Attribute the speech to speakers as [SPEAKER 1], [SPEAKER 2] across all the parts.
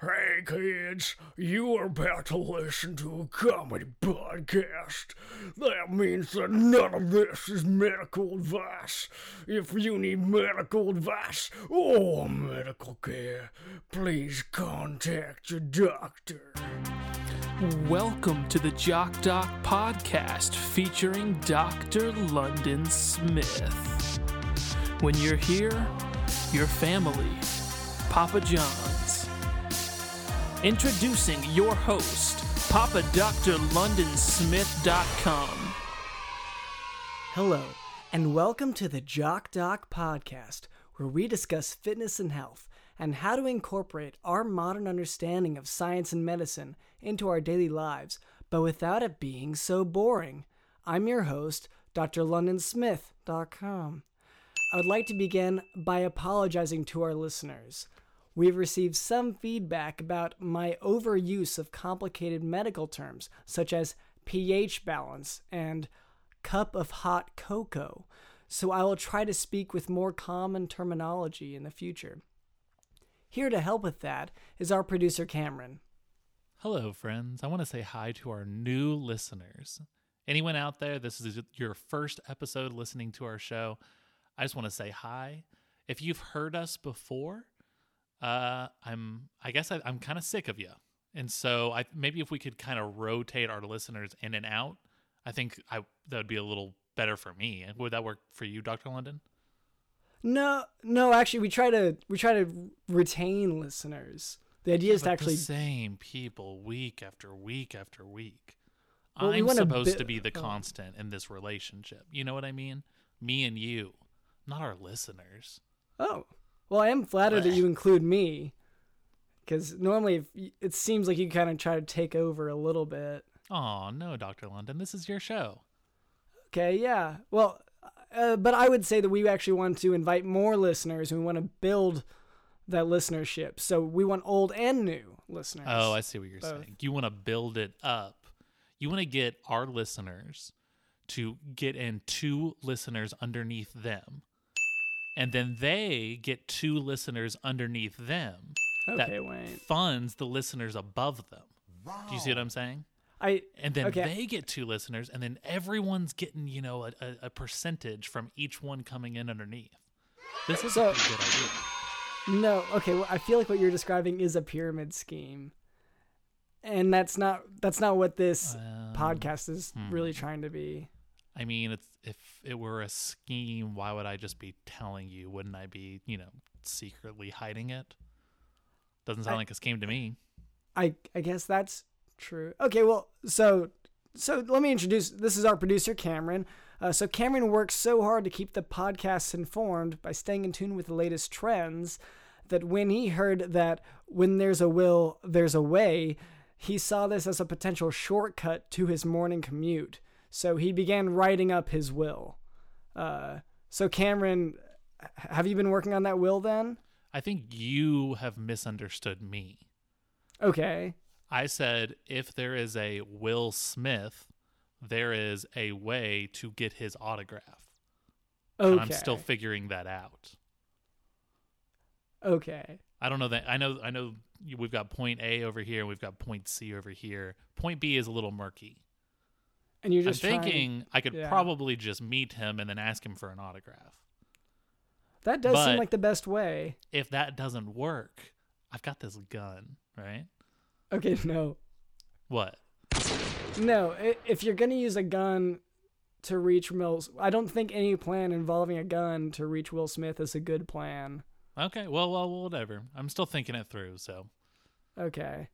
[SPEAKER 1] Hey kids, you are about to listen to a comedy podcast. That means that none of this is medical advice. If you need medical advice or medical care, please contact your doctor.
[SPEAKER 2] Welcome to the Jock Doc podcast featuring Dr. London Smith. When you're here, your family, Papa John's. Introducing your host, Papa Dr. LondonSmith.com.
[SPEAKER 3] Hello, and welcome to the Jock Doc podcast, where we discuss fitness and health and how to incorporate our modern understanding of science and medicine into our daily lives, but without it being so boring. I'm your host, drlondonsmith.com. I would like to begin by apologizing to our listeners. We've received some feedback about my overuse of complicated medical terms such as pH balance and cup of hot cocoa, so I will try to speak with more common terminology in the future. Here to help with that is our producer Cameron.
[SPEAKER 4] Hello, friends. I want to say hi to our new listeners. Anyone out there, this is your first episode listening to our show. I just want to say hi. If you've heard us before, uh, I'm, I guess I, I'm kind of sick of you. And so I, maybe if we could kind of rotate our listeners in and out, I think I, that would be a little better for me. Would that work for you, Dr. London?
[SPEAKER 3] No, no, actually we try to we try to retain listeners. The idea is to
[SPEAKER 4] But
[SPEAKER 3] actually
[SPEAKER 4] the same people week after week after week.
[SPEAKER 3] Well, we
[SPEAKER 4] I'm
[SPEAKER 3] wanna
[SPEAKER 4] supposed
[SPEAKER 3] bu-
[SPEAKER 4] to be the
[SPEAKER 3] oh.
[SPEAKER 4] constant in this relationship. You know what I mean? Me and you, not our listeners.
[SPEAKER 3] Oh, well, I am flattered that
[SPEAKER 4] Blech.
[SPEAKER 3] you include me, because normally if y- it seems like you kind of try to take over a little bit.
[SPEAKER 4] Oh no, Doctor London, this is your show.
[SPEAKER 3] Okay, yeah. Well, uh, but I would say that we actually want to invite more listeners, and we want to build that listenership. So we want old and new listeners.
[SPEAKER 4] Oh, I see what you're
[SPEAKER 3] Both.
[SPEAKER 4] saying. You want to build it up. You want to get our listeners to get in two listeners underneath them, and then they get two listeners underneath them.
[SPEAKER 3] okay, Wayne.
[SPEAKER 4] funds the listeners above them. Do you see what I'm saying?
[SPEAKER 3] I
[SPEAKER 4] And then
[SPEAKER 3] Okay.
[SPEAKER 4] they get two listeners, and then everyone's getting, you know, a, a, a percentage from each one coming in underneath. This is
[SPEAKER 3] So-
[SPEAKER 4] a pretty good idea.
[SPEAKER 3] no. Okay, well, I feel like what you're describing is a pyramid scheme, and that's not that's not what this
[SPEAKER 4] Um,
[SPEAKER 3] podcast is really trying to be.
[SPEAKER 4] I mean, it's, if it were a scheme, why would I just be telling you? Wouldn't I be, you know, secretly hiding it? Doesn't sound
[SPEAKER 3] I-
[SPEAKER 4] like a scheme to me.
[SPEAKER 3] I I guess that's true. Okay, well, so so let me introduce. This is our producer Cameron. Uh, so Cameron works so hard to keep the podcasts informed by staying in tune with the latest trends. That when he heard that when there's a will, there's a way, he saw this as a potential shortcut to his morning commute. So he began writing up his will. Uh, so Cameron, h- have you been working on that will then?
[SPEAKER 4] I think you have misunderstood me.
[SPEAKER 3] Okay.
[SPEAKER 4] I said if there is a Will Smith, there is a way to get his autograph.
[SPEAKER 3] Okay.
[SPEAKER 4] And I'm still figuring that out.
[SPEAKER 3] okay.
[SPEAKER 4] I don't know that I know I know you- we've got point A over here and we've got point C over here. Point B is a little murky.
[SPEAKER 3] And you're
[SPEAKER 4] I'm
[SPEAKER 3] just trying-
[SPEAKER 4] thinking I could
[SPEAKER 3] yeah.
[SPEAKER 4] probably just meet him and then ask him for an autograph.
[SPEAKER 3] That does seem
[SPEAKER 4] But-
[SPEAKER 3] like the best way.
[SPEAKER 4] If that doesn't work, I've got this gun, right?
[SPEAKER 3] Okay, no.
[SPEAKER 4] What?
[SPEAKER 3] No, i- if you're going to use a gun to reach Mills, I don't think any plan involving a gun to reach Will Smith is a good plan.
[SPEAKER 4] Okay, well, well, whatever. I'm still thinking it through, so
[SPEAKER 3] Okay.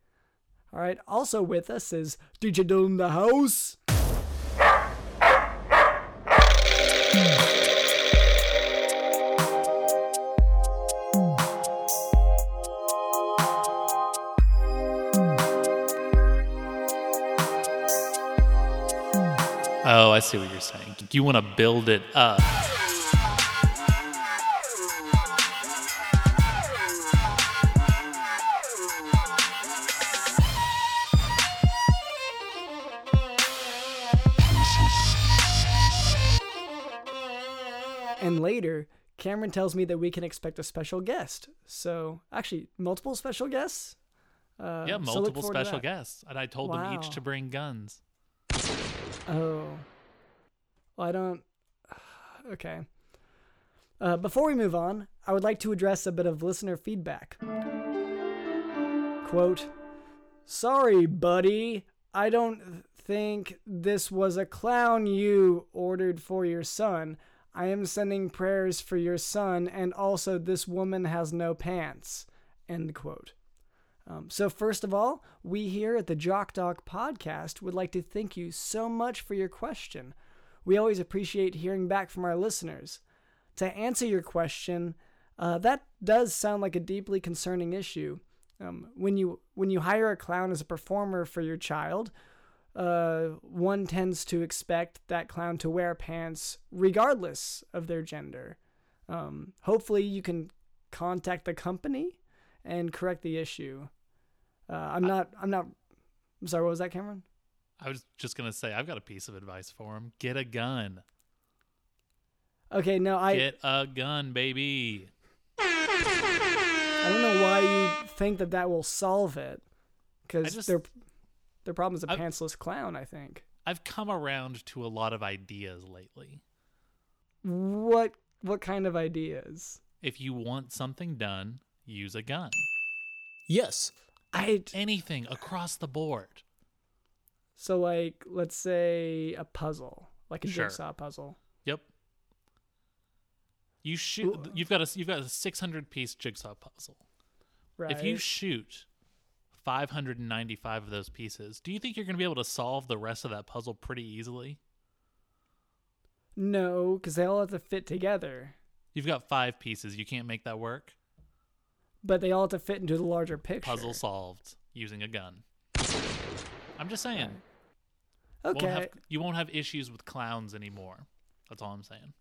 [SPEAKER 3] All right. Also with us is Did You Doom the House?
[SPEAKER 4] Oh, I see what you're saying. You want to build it up.
[SPEAKER 3] And later, Cameron tells me that we can expect a special guest. So, actually, multiple special guests? Uh,
[SPEAKER 4] yeah,
[SPEAKER 3] so look
[SPEAKER 4] multiple
[SPEAKER 3] forward to
[SPEAKER 4] special
[SPEAKER 3] that.
[SPEAKER 4] guests, and I told them
[SPEAKER 3] Wow.
[SPEAKER 4] each to bring guns.
[SPEAKER 3] Oh. Well, I don't. Okay. Uh, before we move on, I would like to address a bit of listener feedback. Quote Sorry, buddy. I don't think this was a clown you ordered for your son. I am sending prayers for your son, and also this woman has no pants. End quote. Um, so, first of all, we here at the Jock Doc podcast would like to thank you so much for your question. We always appreciate hearing back from our listeners. To answer your question, uh, that does sound like a deeply concerning issue. Um, when you when you hire a clown as a performer for your child, uh, one tends to expect that clown to wear pants regardless of their gender. Um, hopefully, you can contact the company and correct the issue. Uh, I'm not. I'm not. I'm sorry. What was that, Cameron?
[SPEAKER 4] I was just gonna say, I've got a piece of advice for them: get a gun,
[SPEAKER 3] Okay. No, I.
[SPEAKER 4] get a gun, baby.
[SPEAKER 3] I don't know why you think that that will solve it,
[SPEAKER 4] I
[SPEAKER 3] because
[SPEAKER 4] just-
[SPEAKER 3] their their problem is a
[SPEAKER 4] I-
[SPEAKER 3] pantsless clown. I think.
[SPEAKER 4] I've come around to a lot of ideas lately.
[SPEAKER 3] What what kind of ideas?
[SPEAKER 4] If you want something done, use a gun.
[SPEAKER 1] Yes.
[SPEAKER 3] I
[SPEAKER 4] Anything across the board.
[SPEAKER 3] so like let's say a puzzle, like a
[SPEAKER 4] Sure.
[SPEAKER 3] jigsaw puzzle.
[SPEAKER 4] Yep. You shoot. You've got a you've got a six hundred piece jigsaw puzzle.
[SPEAKER 3] Right.
[SPEAKER 4] If you shoot 595 of those pieces, do you think you're going to be able to solve the rest of that puzzle pretty easily?
[SPEAKER 3] no, because they all have to fit together,
[SPEAKER 4] You've got five pieces. You can't make that work.
[SPEAKER 3] but they all have to fit into the larger picture.
[SPEAKER 4] Puzzle solved using a gun. I'm just saying.
[SPEAKER 3] Okay.
[SPEAKER 4] Won't have, you won't have issues with clowns anymore. That's all I'm saying.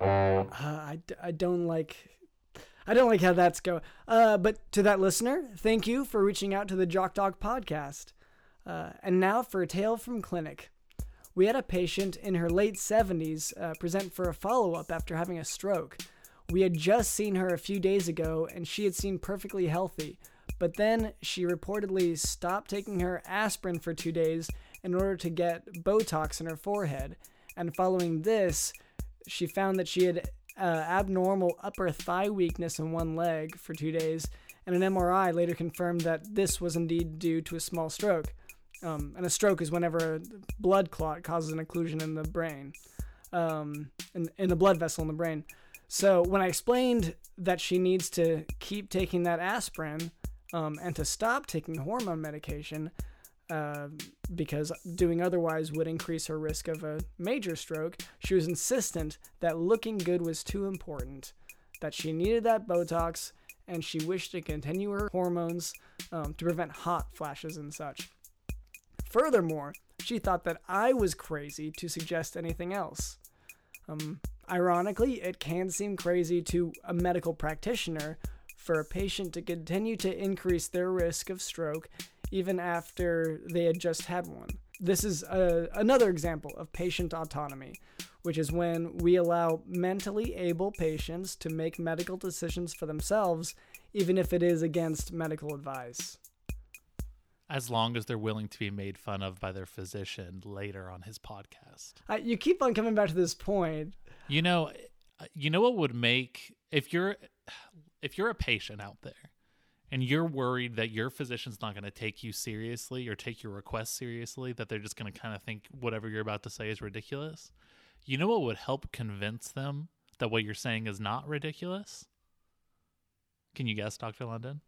[SPEAKER 3] Uh, I, d- I don't like I don't like how that's going. Uh, but to that listener, thank you for reaching out to the Jock Dog podcast. Uh, and now for a tale from clinic. We had a patient in her late 70s uh, present for a follow up after having a stroke. We had just seen her a few days ago and she had seemed perfectly healthy, but then she reportedly stopped taking her aspirin for two days in order to get Botox in her forehead. And following this, she found that she had uh, abnormal upper thigh weakness in one leg for two days, and an MRI later confirmed that this was indeed due to a small stroke. Um, and a stroke is whenever a blood clot causes an occlusion in the brain, um, in, in the blood vessel in the brain. So when I explained that she needs to keep taking that aspirin um, and to stop taking hormone medication, uh, because doing otherwise would increase her risk of a major stroke, she was insistent that looking good was too important, that she needed that Botox, and she wished to continue her hormones um, to prevent hot flashes and such. Furthermore, she thought that I was crazy to suggest anything else. Um, ironically, it can seem crazy to a medical practitioner for a patient to continue to increase their risk of stroke even after they had just had one. This is uh another example of patient autonomy, which is when we allow mentally able patients to make medical decisions for themselves, even if it is against medical advice.
[SPEAKER 4] As long as they're willing to be made fun of by their physician later on his podcast.
[SPEAKER 3] I, you keep on coming back to this point.
[SPEAKER 4] You know, you know what would make if you're if you're a patient out there and you're worried that your physician's not going to take you seriously or take your request seriously, that they're just going to kind of think whatever you're about to say is ridiculous. You know what would help convince them that what you're saying is not ridiculous? Can you guess, Dr. London?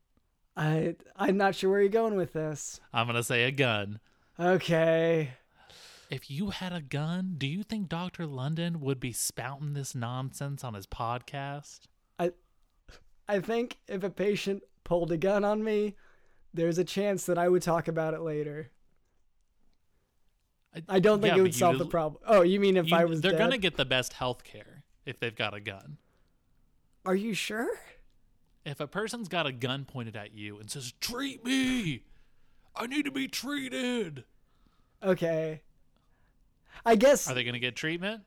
[SPEAKER 3] I I'm not sure where you're going with this.
[SPEAKER 4] I'm going to say a gun.
[SPEAKER 3] Okay.
[SPEAKER 4] If you had a gun, do you think Dr. London would be spouting this nonsense on his podcast?
[SPEAKER 3] I I think if a patient pulled a gun on me, there's a chance that I would talk about it later. I don't think
[SPEAKER 4] Yeah,
[SPEAKER 3] it
[SPEAKER 4] but
[SPEAKER 3] would
[SPEAKER 4] you
[SPEAKER 3] solve the
[SPEAKER 4] l-
[SPEAKER 3] problem. Oh, you mean if
[SPEAKER 4] You-
[SPEAKER 3] I was
[SPEAKER 4] they're
[SPEAKER 3] dead?
[SPEAKER 4] gonna get the best health care if they've got a gun.
[SPEAKER 3] Are you sure?
[SPEAKER 4] If a person's got a gun pointed at you and says, "Treat me, I need to be treated,"
[SPEAKER 3] Okay. I guess
[SPEAKER 4] are they gonna get treatment?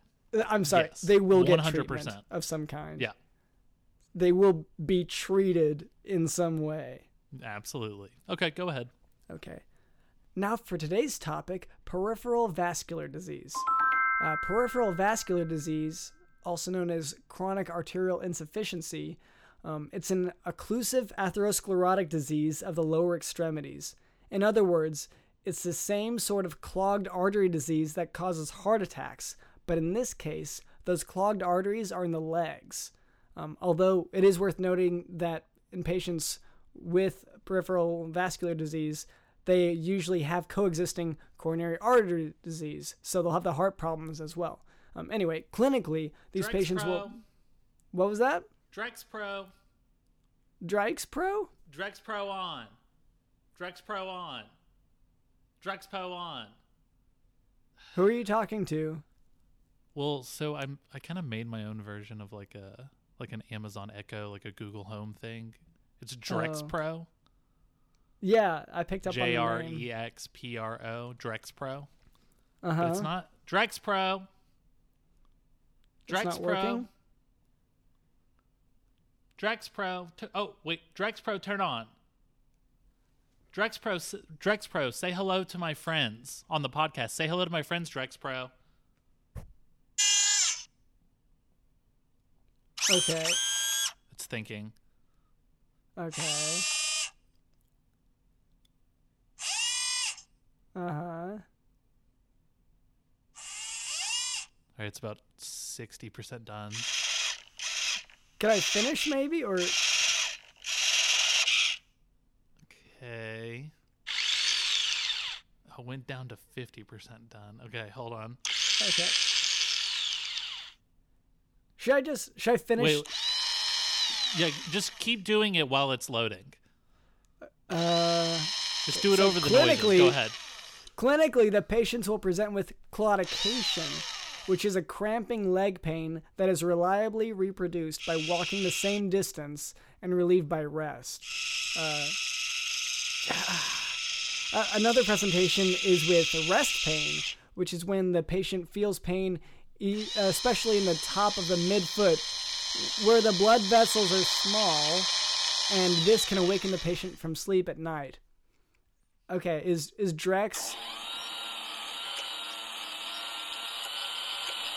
[SPEAKER 3] I'm sorry.
[SPEAKER 4] Yes.
[SPEAKER 3] They will get
[SPEAKER 4] 100%.
[SPEAKER 3] treatment of some kind.
[SPEAKER 4] Yeah,
[SPEAKER 3] They will be treated in some way.
[SPEAKER 4] Absolutely. Okay, go ahead.
[SPEAKER 3] Okay. Now for today's topic peripheral vascular disease. Uh, peripheral vascular disease, also known as chronic arterial insufficiency, um, it's an occlusive atherosclerotic disease of the lower extremities. In other words, it's the same sort of clogged artery disease that causes heart attacks, but in this case, those clogged arteries are in the legs. Um, although it is worth noting that in patients with peripheral vascular disease, they usually have coexisting coronary artery disease, so they'll have the heart problems as well. Um, anyway, clinically, these patients will. What was that?
[SPEAKER 4] Drex Pro.
[SPEAKER 3] Dykes Pro?
[SPEAKER 4] Drex Pro on. Drex Pro on. Drex Pro on.
[SPEAKER 3] Who are you talking to?
[SPEAKER 4] Well, so I'm I kind of made my own version of like a like an Amazon Echo, like a Google Home thing. It's Drex
[SPEAKER 3] Oh.
[SPEAKER 4] Pro.
[SPEAKER 3] Yeah, I picked up
[SPEAKER 4] J
[SPEAKER 3] on
[SPEAKER 4] R
[SPEAKER 3] the name.
[SPEAKER 4] E X P R O. Drex Pro.
[SPEAKER 3] Uh-huh.
[SPEAKER 4] But it's not Drex Pro.
[SPEAKER 3] It's
[SPEAKER 4] Drex
[SPEAKER 3] not
[SPEAKER 4] Pro.
[SPEAKER 3] working?
[SPEAKER 4] Drex Pro. tu- oh wait, Drex Pro, turn on. Drex Pro, s- Drex Pro, say hello to my friends on the podcast. Say hello to my friends, Drex Pro.
[SPEAKER 3] Okay.
[SPEAKER 4] It's thinking.
[SPEAKER 3] Okay. Uh huh.
[SPEAKER 4] All right, it's about sixty percent done.
[SPEAKER 3] Can I finish maybe? Or
[SPEAKER 4] Okay. I went down to fifty percent done. Okay, hold on.
[SPEAKER 3] okay. Should I just should I finish?
[SPEAKER 4] Wait. Yeah, just keep doing it while it's loading.
[SPEAKER 3] Uh,
[SPEAKER 4] Just do it
[SPEAKER 3] So
[SPEAKER 4] over the noises. Go
[SPEAKER 3] clinically-
[SPEAKER 4] ahead.
[SPEAKER 3] clinically, the patients will present with claudication, which is a cramping leg pain that is reliably reproduced by walking the same distance and relieved by rest. Uh, another presentation is with rest pain, which is when the patient feels pain, e- especially in the top of the midfoot, where the blood vessels are small, and this can awaken the patient from sleep at night. Okay, is is Drex?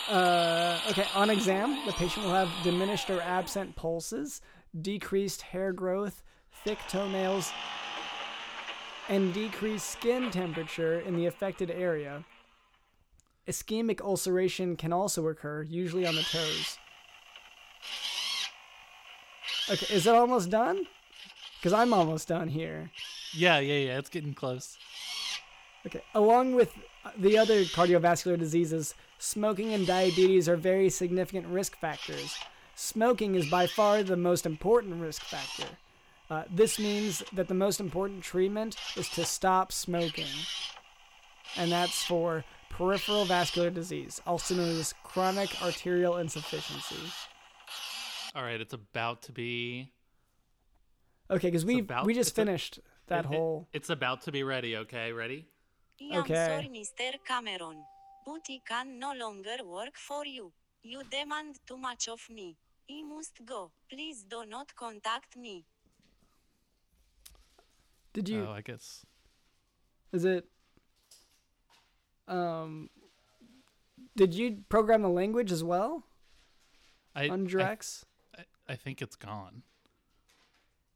[SPEAKER 3] Uh, okay, on exam, the patient will have diminished or absent pulses, decreased hair growth, thick toenails, and decreased skin temperature in the affected area. Ischemic ulceration can also occur, usually on the toes. Okay, is it almost done? Because I'm almost done here.
[SPEAKER 4] Yeah, yeah, yeah. It's getting close.
[SPEAKER 3] Okay. Along with the other cardiovascular diseases, smoking and diabetes are very significant risk factors. Smoking is by far the most important risk factor. Uh, this means that the most important treatment is to stop smoking. And that's for peripheral vascular disease, also known as chronic arterial insufficiency.
[SPEAKER 4] All right, it's about to be.
[SPEAKER 3] Okay, because we
[SPEAKER 4] about-
[SPEAKER 3] we just
[SPEAKER 4] it's a-
[SPEAKER 3] finished that
[SPEAKER 4] it- it-
[SPEAKER 3] whole.
[SPEAKER 4] it's about to be ready. Okay, ready?
[SPEAKER 5] I'm
[SPEAKER 3] Okay.
[SPEAKER 5] sorry, Mr. Cameron, but I can no longer work for you. You demand too much of me. I must go. Please do not contact me.
[SPEAKER 3] Did you?
[SPEAKER 4] oh, I guess.
[SPEAKER 3] Is it? Um, did you program the language as well
[SPEAKER 4] I,
[SPEAKER 3] on Drex?
[SPEAKER 4] I, I think it's gone.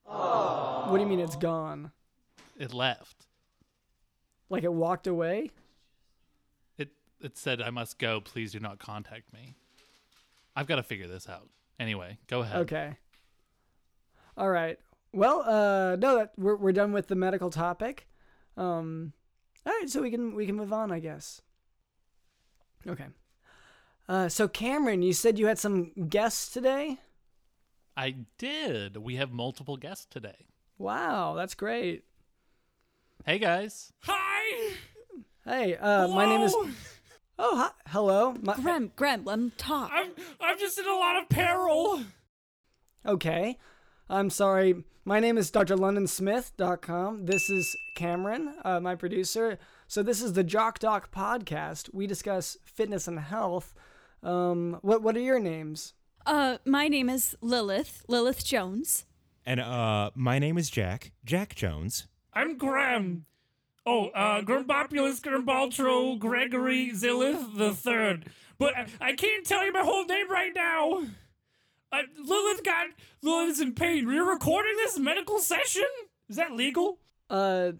[SPEAKER 3] what do you mean it's gone?
[SPEAKER 4] It left.
[SPEAKER 3] Like it walked away?
[SPEAKER 4] It it said I must go. Please do not contact me. I've got to figure this out. Anyway, go ahead.
[SPEAKER 3] Okay. All right. Well, uh, no, that we're we're done with the medical topic. Um, all right, so we can we can move on, I guess. Okay. Uh, so Cameron, you said you had some guests today.
[SPEAKER 4] I did. We have multiple guests today.
[SPEAKER 3] Wow, that's great.
[SPEAKER 4] Hey guys.
[SPEAKER 1] Hi!
[SPEAKER 3] Hey, uh, my name is. Oh, hi. hello. My,
[SPEAKER 6] Grem, Grem, let him talk.
[SPEAKER 1] I'm, I'm just in a lot of peril.
[SPEAKER 3] Okay. I'm sorry. My name is drlondonsmith.com. This is Cameron, uh, my producer. So this is the Jock Doc podcast. We discuss fitness and health. Um, what what are your names?
[SPEAKER 6] Uh, my name is Lilith, Lilith Jones. And uh, my name is Jack, Jack Jones.
[SPEAKER 1] I'm Graham. Oh, uh, Grimbopulus Grimbaltro Gregory Zillith the Third. But I, I can't tell you my whole name right now. Uh, Lilith got Lilith's in pain. We're recording this medical session. Is that legal?
[SPEAKER 3] Uh,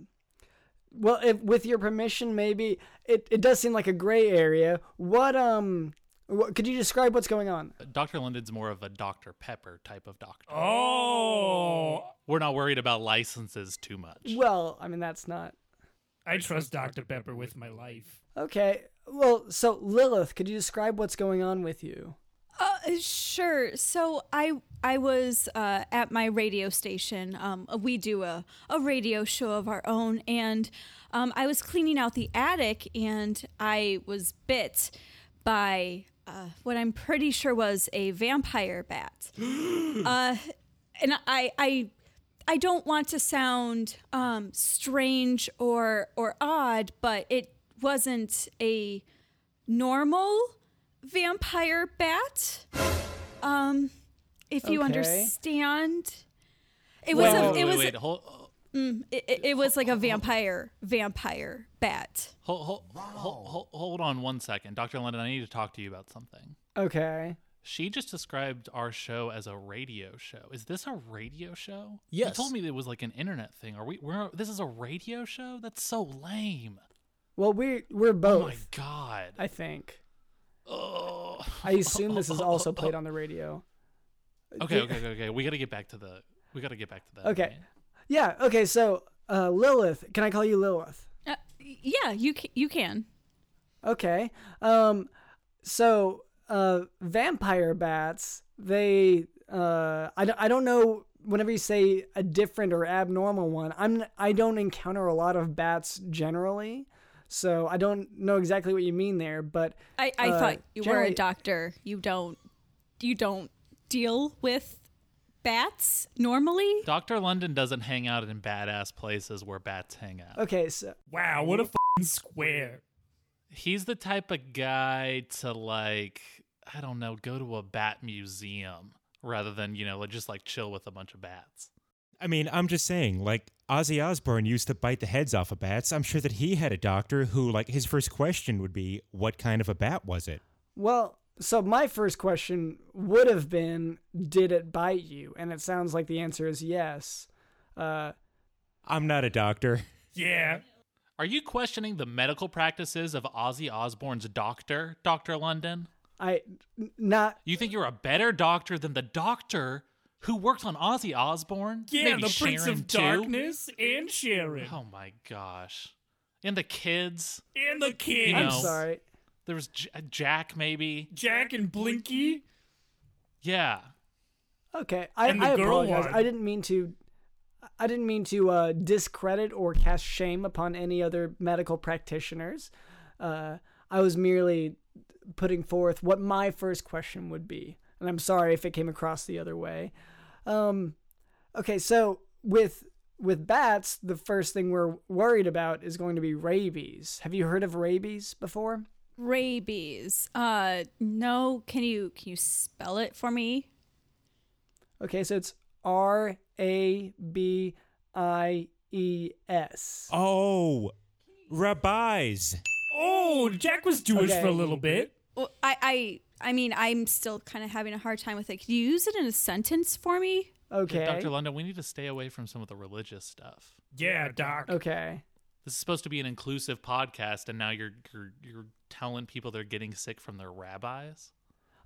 [SPEAKER 3] well, if, with your permission, maybe it, it does seem like a gray area. What um, what, could you describe what's going on?
[SPEAKER 4] Dr. Linden's more of a Dr. Pepper type of doctor.
[SPEAKER 1] Oh,
[SPEAKER 4] We're not worried about licenses too much.
[SPEAKER 3] Well, I mean that's not
[SPEAKER 1] I trust Dr. Pepper with my life.
[SPEAKER 3] okay. Well, so Lilith, could you describe what's going on with you?
[SPEAKER 7] Uh, sure. So I I was uh, at my radio station. Um, we do a, a radio show of our own, and um, I was cleaning out the attic, and I was bit by uh, what I'm pretty sure was a vampire bat. uh, and I I I don't want to sound um, strange or or odd, but it wasn't a normal vampire bat. Um, if you
[SPEAKER 3] Okay.
[SPEAKER 7] understand, it was
[SPEAKER 4] wait,
[SPEAKER 7] a,
[SPEAKER 4] wait,
[SPEAKER 7] it
[SPEAKER 4] wait,
[SPEAKER 7] was
[SPEAKER 4] wait, Hold,
[SPEAKER 7] it- it, it was like a vampire vampire bat.
[SPEAKER 4] Hold, hold, hold,
[SPEAKER 3] Oh.
[SPEAKER 4] hold, hold on one second. Dr. Linden, I need to talk to you about something.
[SPEAKER 3] Okay.
[SPEAKER 4] She just described our show as a radio show. Is this a radio show? You
[SPEAKER 2] Yes.
[SPEAKER 4] told me it was like an internet thing. Are we? We're, this is a radio show? That's so lame.
[SPEAKER 3] Well, we we're
[SPEAKER 4] Oh my
[SPEAKER 3] both.
[SPEAKER 4] god.
[SPEAKER 3] I think.
[SPEAKER 4] oh.
[SPEAKER 3] I assume this is also played on the radio.
[SPEAKER 4] Okay, okay, okay, okay. We got to get back to the. We got to get back to that.
[SPEAKER 3] Okay.
[SPEAKER 4] right?
[SPEAKER 3] Yeah. Okay. So uh, Lilith, can I call you Lilith?
[SPEAKER 7] Uh, yeah, you ca- you can.
[SPEAKER 3] Okay. Um so uh vampire bats, they uh I don't, I don't know whenever you say a different or abnormal one. I'm I don't encounter a lot of bats generally. So I don't know exactly what you mean there, but
[SPEAKER 7] I, I
[SPEAKER 3] Uh,
[SPEAKER 7] thought you were
[SPEAKER 3] generally-
[SPEAKER 7] a doctor. You don't you don't deal with bats normally.
[SPEAKER 4] Dr. London doesn't hang out in badass places where bats hang out.
[SPEAKER 3] okay, so
[SPEAKER 1] Wow, what a f***ing square.
[SPEAKER 4] He's the type of guy to like, I don't know, go to a bat museum rather than, you know, like just like chill with a bunch of bats.
[SPEAKER 6] I mean, I'm just saying, like, Ozzy Osbourne used to bite the heads off of bats. I'm sure that he had a doctor who, like, his first question would be, what kind of a bat was it?
[SPEAKER 3] well, so my first question would have been did it bite you? And it sounds like the answer is yes. Uh
[SPEAKER 6] I'm not a doctor.
[SPEAKER 1] Yeah.
[SPEAKER 4] Are you questioning the medical practices of Ozzy Osbourne's doctor, Dr. London?
[SPEAKER 3] I n- not
[SPEAKER 4] You think you're a better doctor than the doctor who worked on Ozzy Osbourne?
[SPEAKER 1] Yeah,
[SPEAKER 4] Maybe
[SPEAKER 1] the Prince
[SPEAKER 4] Sharon
[SPEAKER 1] of
[SPEAKER 4] too?
[SPEAKER 1] Darkness and Sharon.
[SPEAKER 4] Oh my gosh. And the kids.
[SPEAKER 1] And the kids.
[SPEAKER 4] You
[SPEAKER 3] I'm
[SPEAKER 4] know.
[SPEAKER 3] sorry.
[SPEAKER 4] There was J- Jack, maybe.
[SPEAKER 1] Jack and Blinky.
[SPEAKER 4] Yeah.
[SPEAKER 3] Okay, I,
[SPEAKER 1] And the
[SPEAKER 3] I
[SPEAKER 1] girl
[SPEAKER 3] apologize.
[SPEAKER 1] one.
[SPEAKER 3] I didn't mean to. I didn't mean to uh, discredit or cast shame upon any other medical practitioners. Uh, I was merely putting forth what my first question would be, and I'm sorry if it came across the other way. Um, okay, so with with bats, the first thing we're worried about is going to be rabies. Have you heard of rabies before?
[SPEAKER 7] Rabies. Uh no, can you can you spell it for me?
[SPEAKER 3] Okay, so it's R A B I E S.
[SPEAKER 6] Oh, rabbis.
[SPEAKER 1] Oh, Jack was Jewish
[SPEAKER 3] Okay.
[SPEAKER 1] for a little bit.
[SPEAKER 7] Well, I I I mean, I'm still kind of having a hard time with it. Could you use it in a sentence for me?
[SPEAKER 3] Okay.
[SPEAKER 4] Dr. London, we need to stay away from some of the religious stuff.
[SPEAKER 1] Yeah, Doc.
[SPEAKER 3] Okay.
[SPEAKER 4] This is supposed to be an inclusive podcast, and now you're you're, you're telling people they're getting sick from their rabbis.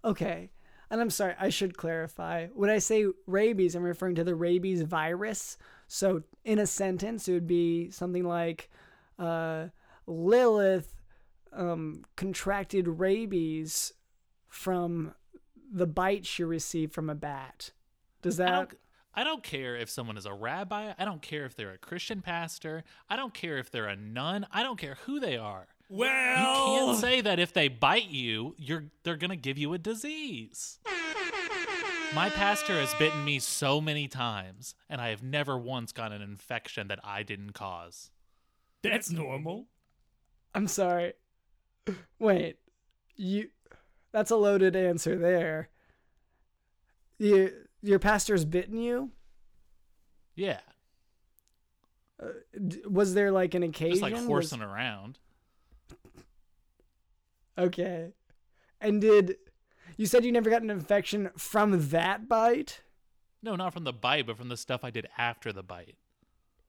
[SPEAKER 3] Okay. And I'm sorry, I should clarify. When I say rabies, I'm referring to the rabies virus. So, in a sentence, it would be something like uh, Lilith um, contracted rabies from the bite she received from a bat. Does
[SPEAKER 4] I
[SPEAKER 3] that.
[SPEAKER 4] don't, I don't care if someone is a rabbi. I don't care if they're a Christian pastor. I don't care if they're a nun. I don't care who they are. You
[SPEAKER 1] Well,
[SPEAKER 4] can't say that if they bite you, you're they're gonna give you a disease. My pastor has bitten me so many times, and I have never once gotten an infection that I didn't cause.
[SPEAKER 1] that's normal.
[SPEAKER 3] I'm sorry. Wait. You That's a loaded answer there. You your pastor's bitten you?
[SPEAKER 4] Yeah,
[SPEAKER 3] D- was there like an occasion?
[SPEAKER 4] just like
[SPEAKER 3] Was-
[SPEAKER 4] horsing around.
[SPEAKER 3] Okay. And did you said you never got an infection from that bite,
[SPEAKER 4] No, not from the bite, but from the stuff I did after the bite,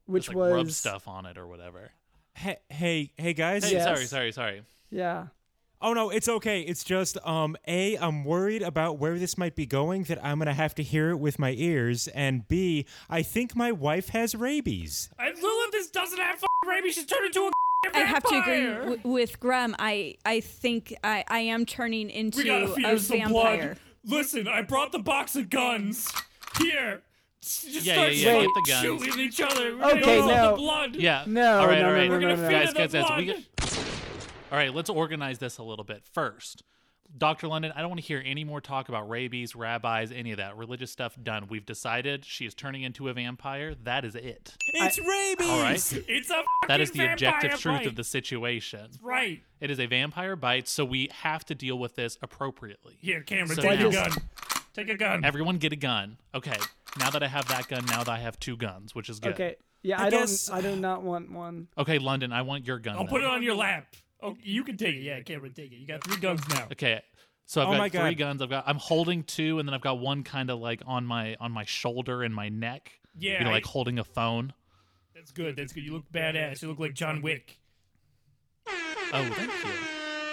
[SPEAKER 3] which
[SPEAKER 4] Just, like,
[SPEAKER 3] was
[SPEAKER 4] rub stuff on it or whatever.
[SPEAKER 6] Hey, hey, hey guys.
[SPEAKER 4] Hey,
[SPEAKER 3] Yes.
[SPEAKER 4] sorry, sorry, sorry.
[SPEAKER 3] Yeah.
[SPEAKER 6] Oh no, it's okay. It's just um A, I'm worried about where this might be going that I'm going to have to hear it with my ears and B, I think my wife has rabies.
[SPEAKER 1] I, Lilith this doesn't have f***ing rabies. She's turned into a
[SPEAKER 7] I
[SPEAKER 1] vampire.
[SPEAKER 7] have to agree w- with Grem. I I think I, I am turning into
[SPEAKER 1] We gotta
[SPEAKER 7] a
[SPEAKER 1] feed some
[SPEAKER 7] vampire.
[SPEAKER 1] blood. Listen, I brought the box of guns. Here. Just
[SPEAKER 4] Yeah,
[SPEAKER 1] start
[SPEAKER 4] yeah, yeah,
[SPEAKER 1] shooting-
[SPEAKER 4] get the guns.
[SPEAKER 1] shooting each other. We're
[SPEAKER 3] Okay,
[SPEAKER 1] gonna
[SPEAKER 3] no.
[SPEAKER 1] the blood.
[SPEAKER 4] Yeah.
[SPEAKER 3] No,
[SPEAKER 4] All right.
[SPEAKER 3] no,
[SPEAKER 4] all
[SPEAKER 3] no,
[SPEAKER 4] right.
[SPEAKER 3] no, no,
[SPEAKER 4] We're
[SPEAKER 3] no, no.
[SPEAKER 4] gonna guys,
[SPEAKER 1] feed it
[SPEAKER 4] guys, guys. We
[SPEAKER 1] the
[SPEAKER 4] got... All right. Let's organize this a little bit first. Dr. London, I don't want to hear any more talk about rabies, rabbis, any of that religious stuff. Done. We've decided she is turning into a vampire. That is it.
[SPEAKER 6] It's rabies.
[SPEAKER 4] All right.
[SPEAKER 1] It's a
[SPEAKER 4] That is
[SPEAKER 1] fucking
[SPEAKER 4] the objective
[SPEAKER 1] vampire
[SPEAKER 4] truth of
[SPEAKER 1] bite.
[SPEAKER 4] the situation.
[SPEAKER 1] Right.
[SPEAKER 4] It is a vampire bite, so we have to deal with this appropriately.
[SPEAKER 1] Here, Cameron,
[SPEAKER 4] So
[SPEAKER 1] take
[SPEAKER 4] now-
[SPEAKER 1] a gun. Take a gun.
[SPEAKER 4] Everyone get a gun. Okay. Now that I have that gun, now that I have two guns, which is good.
[SPEAKER 3] Okay. Yeah, I,
[SPEAKER 6] I
[SPEAKER 3] don't
[SPEAKER 6] guess-
[SPEAKER 3] I do not want one.
[SPEAKER 4] Okay, London, I want your gun.
[SPEAKER 1] I'll
[SPEAKER 4] then.
[SPEAKER 1] put it on your lap. Oh, you can take it. Yeah, Cameron, take it. You got three guns now.
[SPEAKER 4] Okay. So I've
[SPEAKER 6] Oh
[SPEAKER 4] got
[SPEAKER 6] my
[SPEAKER 4] three
[SPEAKER 6] God.
[SPEAKER 4] guns. I've got I'm holding two and then I've got one kind of like on my on my shoulder and my neck.
[SPEAKER 1] Yeah,
[SPEAKER 4] You know,
[SPEAKER 1] I-
[SPEAKER 4] like holding a phone.
[SPEAKER 1] That's good. That's good. You look badass. You look like John Wick.
[SPEAKER 4] Oh, thank you.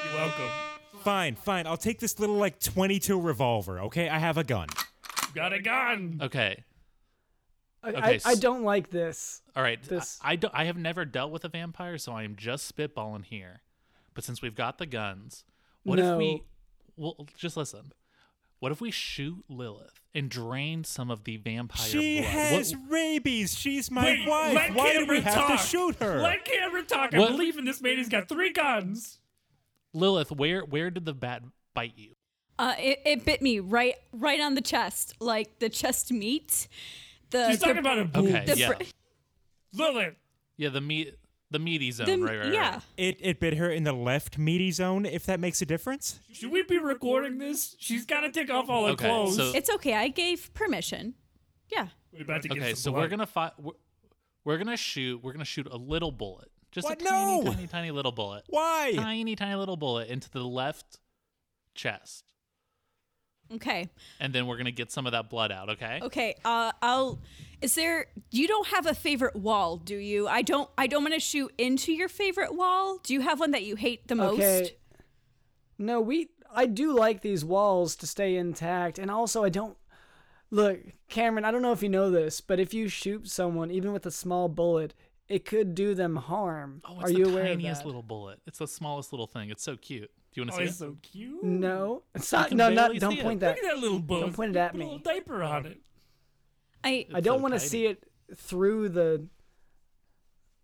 [SPEAKER 1] You're welcome.
[SPEAKER 6] Fine, fine. I'll take this little like 22 revolver, okay? I have a gun.
[SPEAKER 1] You got a gun.
[SPEAKER 4] Okay.
[SPEAKER 3] I,
[SPEAKER 4] Okay,
[SPEAKER 3] I, I
[SPEAKER 4] s-
[SPEAKER 3] don't like this.
[SPEAKER 4] All right.
[SPEAKER 3] This-
[SPEAKER 4] I, I don't I have never dealt with a vampire, so I am just spitballing here. But since we've got the guns, what if we
[SPEAKER 3] No.
[SPEAKER 4] well just listen. What if we shoot Lilith and drain some of the vampire
[SPEAKER 6] She
[SPEAKER 4] blood?
[SPEAKER 6] has
[SPEAKER 4] What-
[SPEAKER 6] rabies. She's my
[SPEAKER 1] Wait,
[SPEAKER 6] wife.
[SPEAKER 1] let
[SPEAKER 6] Why do
[SPEAKER 1] Cameron
[SPEAKER 6] we have
[SPEAKER 1] talk.
[SPEAKER 6] to shoot her?
[SPEAKER 1] Let Cameron talk. I
[SPEAKER 4] What-
[SPEAKER 1] believe in this man. He's got three guns.
[SPEAKER 4] Lilith, where where did the bat bite you?
[SPEAKER 7] Uh, it, it bit me right right on the chest, like the chest meat.
[SPEAKER 3] Uh,
[SPEAKER 7] The
[SPEAKER 1] He's talking
[SPEAKER 7] the-
[SPEAKER 1] about a boob.
[SPEAKER 4] Okay,
[SPEAKER 7] The
[SPEAKER 4] yeah.
[SPEAKER 7] fr-
[SPEAKER 1] Lilith.
[SPEAKER 4] Yeah, the meat the meaty zone,
[SPEAKER 7] the-
[SPEAKER 4] um, right, right, right.
[SPEAKER 7] yeah.
[SPEAKER 6] It it bit her in the left meaty zone if that makes a difference.
[SPEAKER 1] Should we be recording this? She's got to take off all her
[SPEAKER 4] Okay,
[SPEAKER 1] clothes.
[SPEAKER 4] so-
[SPEAKER 7] It's okay. I gave permission. Yeah.
[SPEAKER 1] we're about to get
[SPEAKER 4] Okay,
[SPEAKER 1] some
[SPEAKER 4] so
[SPEAKER 1] blood.
[SPEAKER 4] we're gonna fight. We're, we're gonna shoot. We're gonna shoot a little bullet, just
[SPEAKER 6] What?
[SPEAKER 4] a tiny,
[SPEAKER 6] No!
[SPEAKER 4] tiny, tiny little bullet,
[SPEAKER 6] Why?
[SPEAKER 4] tiny, tiny little bullet into the left chest,
[SPEAKER 7] Okay.
[SPEAKER 4] and then we're gonna get some of that blood out. Okay.
[SPEAKER 7] Okay. Uh, I'll. Is there? You don't have a favorite wall, do you? I don't. I don't want to shoot into your favorite wall. Do you have one that you hate the most?
[SPEAKER 3] Okay. No, we I do like these walls to stay intact and also I don't Look, Cameron, I don't know if you know this, but if you shoot someone even with a small bullet, it could do them harm.
[SPEAKER 4] Oh,
[SPEAKER 3] Are
[SPEAKER 4] it's
[SPEAKER 3] you
[SPEAKER 4] the
[SPEAKER 3] aware
[SPEAKER 4] tiniest
[SPEAKER 3] of that?
[SPEAKER 4] little bullet. It's the smallest little thing. It's so cute. Do you want
[SPEAKER 1] Oh,
[SPEAKER 4] to
[SPEAKER 1] he's
[SPEAKER 4] see it?
[SPEAKER 1] so cute.
[SPEAKER 3] No. It's not
[SPEAKER 4] can
[SPEAKER 3] no, not
[SPEAKER 4] barely
[SPEAKER 3] don't
[SPEAKER 4] see it.
[SPEAKER 3] point
[SPEAKER 1] Look
[SPEAKER 3] that.
[SPEAKER 1] at that little bug.
[SPEAKER 3] Don't point it at
[SPEAKER 1] Put a
[SPEAKER 3] me.
[SPEAKER 1] little diaper on it.
[SPEAKER 7] I.
[SPEAKER 3] I don't
[SPEAKER 4] so
[SPEAKER 3] want to
[SPEAKER 4] tiny.
[SPEAKER 3] see it through the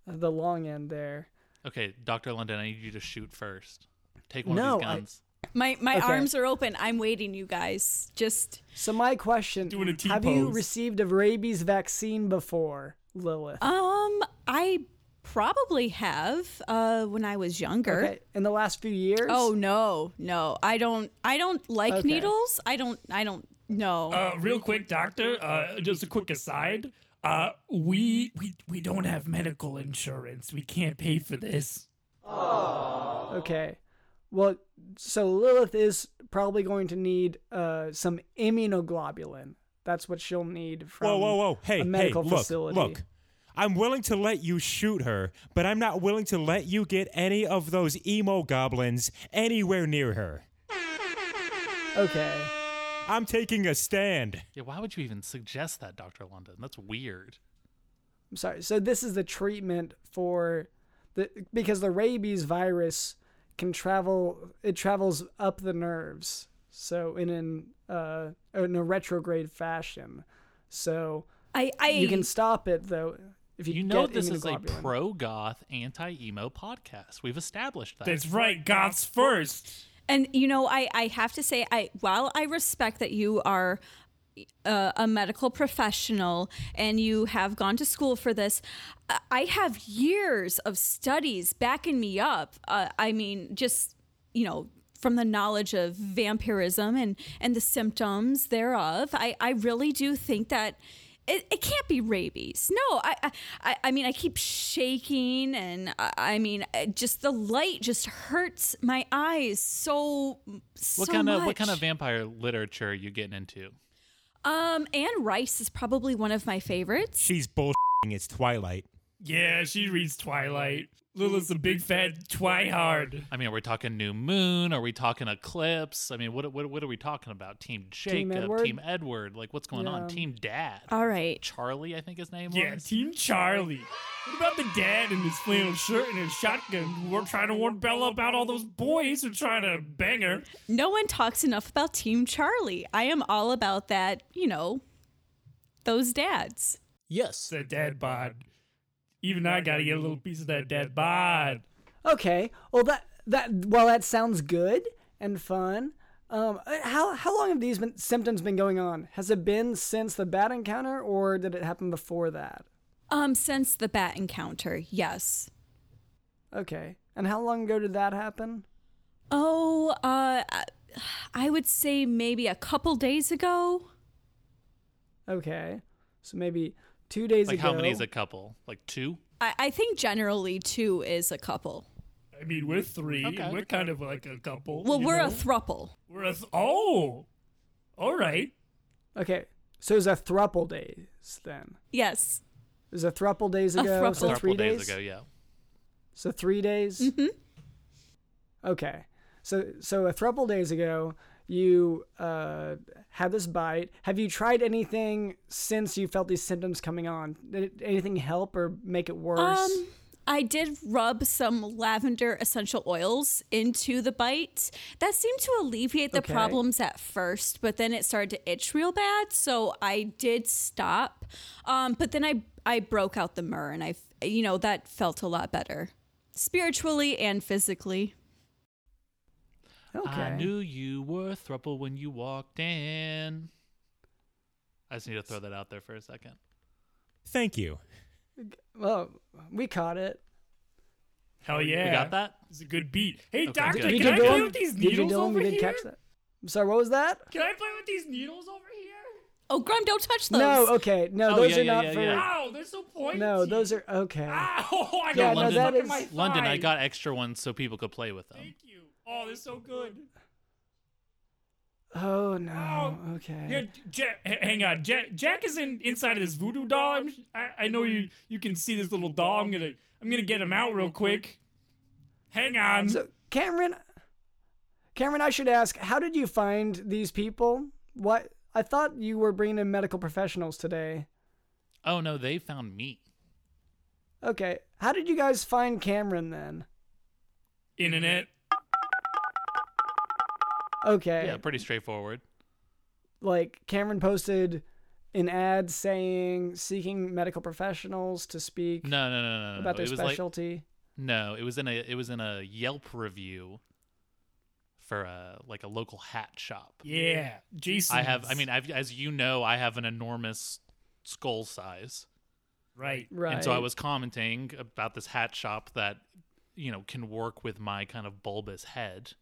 [SPEAKER 3] the long end there.
[SPEAKER 4] Okay, Doctor London, I need you to shoot first. Take one
[SPEAKER 3] No,
[SPEAKER 4] of these
[SPEAKER 3] I-
[SPEAKER 4] guns.
[SPEAKER 7] My my
[SPEAKER 3] Okay.
[SPEAKER 7] arms are open. I'm waiting, you guys. Just
[SPEAKER 3] So my question:
[SPEAKER 1] Doing a T
[SPEAKER 3] Have you
[SPEAKER 1] pose.
[SPEAKER 3] received a rabies vaccine before, Lilith?
[SPEAKER 7] um. I probably have. Uh, when I was younger.
[SPEAKER 3] Okay, in the last few years.
[SPEAKER 7] Oh no, no. I don't. I don't like
[SPEAKER 3] Okay.
[SPEAKER 7] needles. I don't. I don't. No.
[SPEAKER 1] Uh, real quick, doctor. Uh, just a quick aside. Uh, we we we don't have medical insurance. We can't pay for this.
[SPEAKER 3] Okay. Well, so Lilith is probably going to need uh, some immunoglobulin. That's what she'll need from
[SPEAKER 6] Whoa, whoa, whoa! Hey,
[SPEAKER 3] a medical
[SPEAKER 6] hey, look,
[SPEAKER 3] facility.
[SPEAKER 6] look. I'm willing to let you shoot her, but I'm not willing to let you get any of those emo goblins anywhere near her.
[SPEAKER 3] Okay.
[SPEAKER 6] I'm taking a stand.
[SPEAKER 4] Yeah, why would you even suggest that, Doctor London? That's weird.
[SPEAKER 3] I'm sorry. So this is the treatment for the because the rabies virus can travel. It travels up the nerves. So in an uh, in a retrograde fashion. So
[SPEAKER 7] I. I.
[SPEAKER 3] you can stop it though if you,
[SPEAKER 4] You know
[SPEAKER 3] get
[SPEAKER 4] this is a
[SPEAKER 3] immunoglobulin.
[SPEAKER 4] pro goth anti emo podcast. We've established that.
[SPEAKER 1] That's right. Goths first.
[SPEAKER 7] And you know, I I have to say, I while I respect that you are a, a medical professional and you have gone to school for this, I- I have years of studies backing me up. Uh, I mean, just you know. From the knowledge of vampirism and, and the symptoms thereof, I, I really do think that it, it can't be rabies. No, I, I- I, I mean, I keep shaking, and I, I mean, I- just the light just hurts my eyes so, so
[SPEAKER 4] What kind of
[SPEAKER 7] much.
[SPEAKER 4] what kind of vampire literature are you getting into?
[SPEAKER 7] um, Anne Rice is probably one of my favorites.
[SPEAKER 6] She's bullshitting. It's Twilight.
[SPEAKER 1] Yeah, she reads Twilight. Lilith's a big fat twihard.
[SPEAKER 4] I mean, are we talking new moon? Are we talking eclipse? I mean, what what what are we talking about? Team Jacob, Team
[SPEAKER 3] Edward?
[SPEAKER 4] Edward, like what's going on?
[SPEAKER 3] Yeah.
[SPEAKER 4] Team Dad,
[SPEAKER 7] All right.
[SPEAKER 4] Charlie, I think his name
[SPEAKER 1] Yeah,
[SPEAKER 4] was.
[SPEAKER 1] Team Charlie. What about the dad in his flannel shirt and his shotgun? We're trying to warn Bella about all those boys who are trying to bang her.
[SPEAKER 7] No one talks enough about Team Charlie. I am all about that, you know, those dads.
[SPEAKER 1] It's
[SPEAKER 2] Yes.
[SPEAKER 1] that dad bod. Even I gotta get a little piece of that dad bod.
[SPEAKER 3] Okay. Well, that that well, that sounds good and fun. Um, uh, how how long have these been, symptoms been going on? Has it been since the bat encounter, or did it happen before that?
[SPEAKER 7] Um, since the bat encounter, yes.
[SPEAKER 3] Okay. And how long ago did that happen?
[SPEAKER 7] Oh, uh, I- I would say maybe a couple days ago.
[SPEAKER 3] Okay. So maybe two days
[SPEAKER 4] Like
[SPEAKER 3] ago.
[SPEAKER 4] how many is a couple? Like two?
[SPEAKER 7] I, I think generally two is a couple.
[SPEAKER 1] I mean, we're three.
[SPEAKER 4] Okay.
[SPEAKER 1] We're kind of like a couple.
[SPEAKER 7] Well,
[SPEAKER 1] you
[SPEAKER 7] we're a
[SPEAKER 1] know?
[SPEAKER 7] thruple.
[SPEAKER 1] we're a. Th- oh, all right.
[SPEAKER 3] Okay. So it was a thruple days then.
[SPEAKER 7] Yes.
[SPEAKER 3] It was a thruple days
[SPEAKER 7] A
[SPEAKER 3] ago. so
[SPEAKER 7] thruple.
[SPEAKER 4] Couple
[SPEAKER 3] three
[SPEAKER 4] days,
[SPEAKER 3] days,
[SPEAKER 4] ago, yeah.
[SPEAKER 3] So three days.
[SPEAKER 1] Mm-hmm.
[SPEAKER 3] Okay. So so a thruple days ago, you uh, had this bite. Have you tried anything since you felt these symptoms coming on? Did it- anything help or make it worse?
[SPEAKER 7] Um, I did rub some lavender essential oils into the bite. That seemed to alleviate the
[SPEAKER 3] Okay.
[SPEAKER 7] problems at first, but then it started to itch real bad, so I did stop. Um, but then I I broke out the myrrh, and I f- you know that felt a lot better, spiritually and physically.
[SPEAKER 3] okay.
[SPEAKER 4] I knew you were thruple when you walked in. I just need to throw that out there for a second.
[SPEAKER 6] Thank you.
[SPEAKER 3] well, we caught it.
[SPEAKER 1] Hell yeah.
[SPEAKER 4] We got that?
[SPEAKER 1] It's a good beat. Hey,
[SPEAKER 4] Okay,
[SPEAKER 1] doctor,
[SPEAKER 4] good.
[SPEAKER 1] can
[SPEAKER 3] DJ
[SPEAKER 1] I
[SPEAKER 3] Dylan-
[SPEAKER 1] play with these
[SPEAKER 3] DJ
[SPEAKER 1] needles
[SPEAKER 3] Dylan,
[SPEAKER 1] over
[SPEAKER 3] we did
[SPEAKER 1] here?
[SPEAKER 3] catch that. I'm sorry, what was that?
[SPEAKER 1] Can I play with these needles over here?
[SPEAKER 7] Oh, Grum, don't touch those.
[SPEAKER 3] No, okay. No,
[SPEAKER 4] Oh,
[SPEAKER 3] those
[SPEAKER 4] yeah,
[SPEAKER 3] are
[SPEAKER 4] yeah,
[SPEAKER 3] not
[SPEAKER 4] yeah,
[SPEAKER 3] for.
[SPEAKER 4] yeah.
[SPEAKER 1] Ow, they're so pointy.
[SPEAKER 3] No, those are okay.
[SPEAKER 1] Ow, I got
[SPEAKER 3] Yeah,
[SPEAKER 1] yeah,
[SPEAKER 3] no,
[SPEAKER 1] one
[SPEAKER 3] that
[SPEAKER 1] stuck in
[SPEAKER 3] is-
[SPEAKER 1] my thigh.
[SPEAKER 4] London, I got extra ones so people could play with them.
[SPEAKER 1] Thank you. Oh, they're so good.
[SPEAKER 3] Oh no.
[SPEAKER 1] Ow.
[SPEAKER 3] Okay.
[SPEAKER 1] Yeah, Jack, h- hang on. Jack, Jack is in inside of this voodoo doll. I'm, sh- I, I know you. You can see this little doll. I'm gonna. I'm gonna get him out real quick. Hang on.
[SPEAKER 3] So, Cameron, Cameron, I should ask, how did you find these people? What I thought you were bringing in medical professionals today.
[SPEAKER 4] Oh no, they found me.
[SPEAKER 3] Okay, how did you guys find Cameron then?
[SPEAKER 1] Internet.
[SPEAKER 3] Okay,
[SPEAKER 4] Yeah, pretty straightforward.
[SPEAKER 3] like Cameron posted an ad saying seeking medical professionals to speak
[SPEAKER 4] No, no, no, no, no.
[SPEAKER 3] about
[SPEAKER 4] no.
[SPEAKER 3] their
[SPEAKER 4] it was like
[SPEAKER 3] specialty.
[SPEAKER 4] No, it was in a it was in a Yelp review for a like a local hat shop.
[SPEAKER 1] Yeah, Jason.
[SPEAKER 4] I have I mean I've, as you know I have an enormous skull size.
[SPEAKER 1] right.
[SPEAKER 3] right.
[SPEAKER 4] And so I was commenting about this hat shop that you know can work with my kind of bulbous head.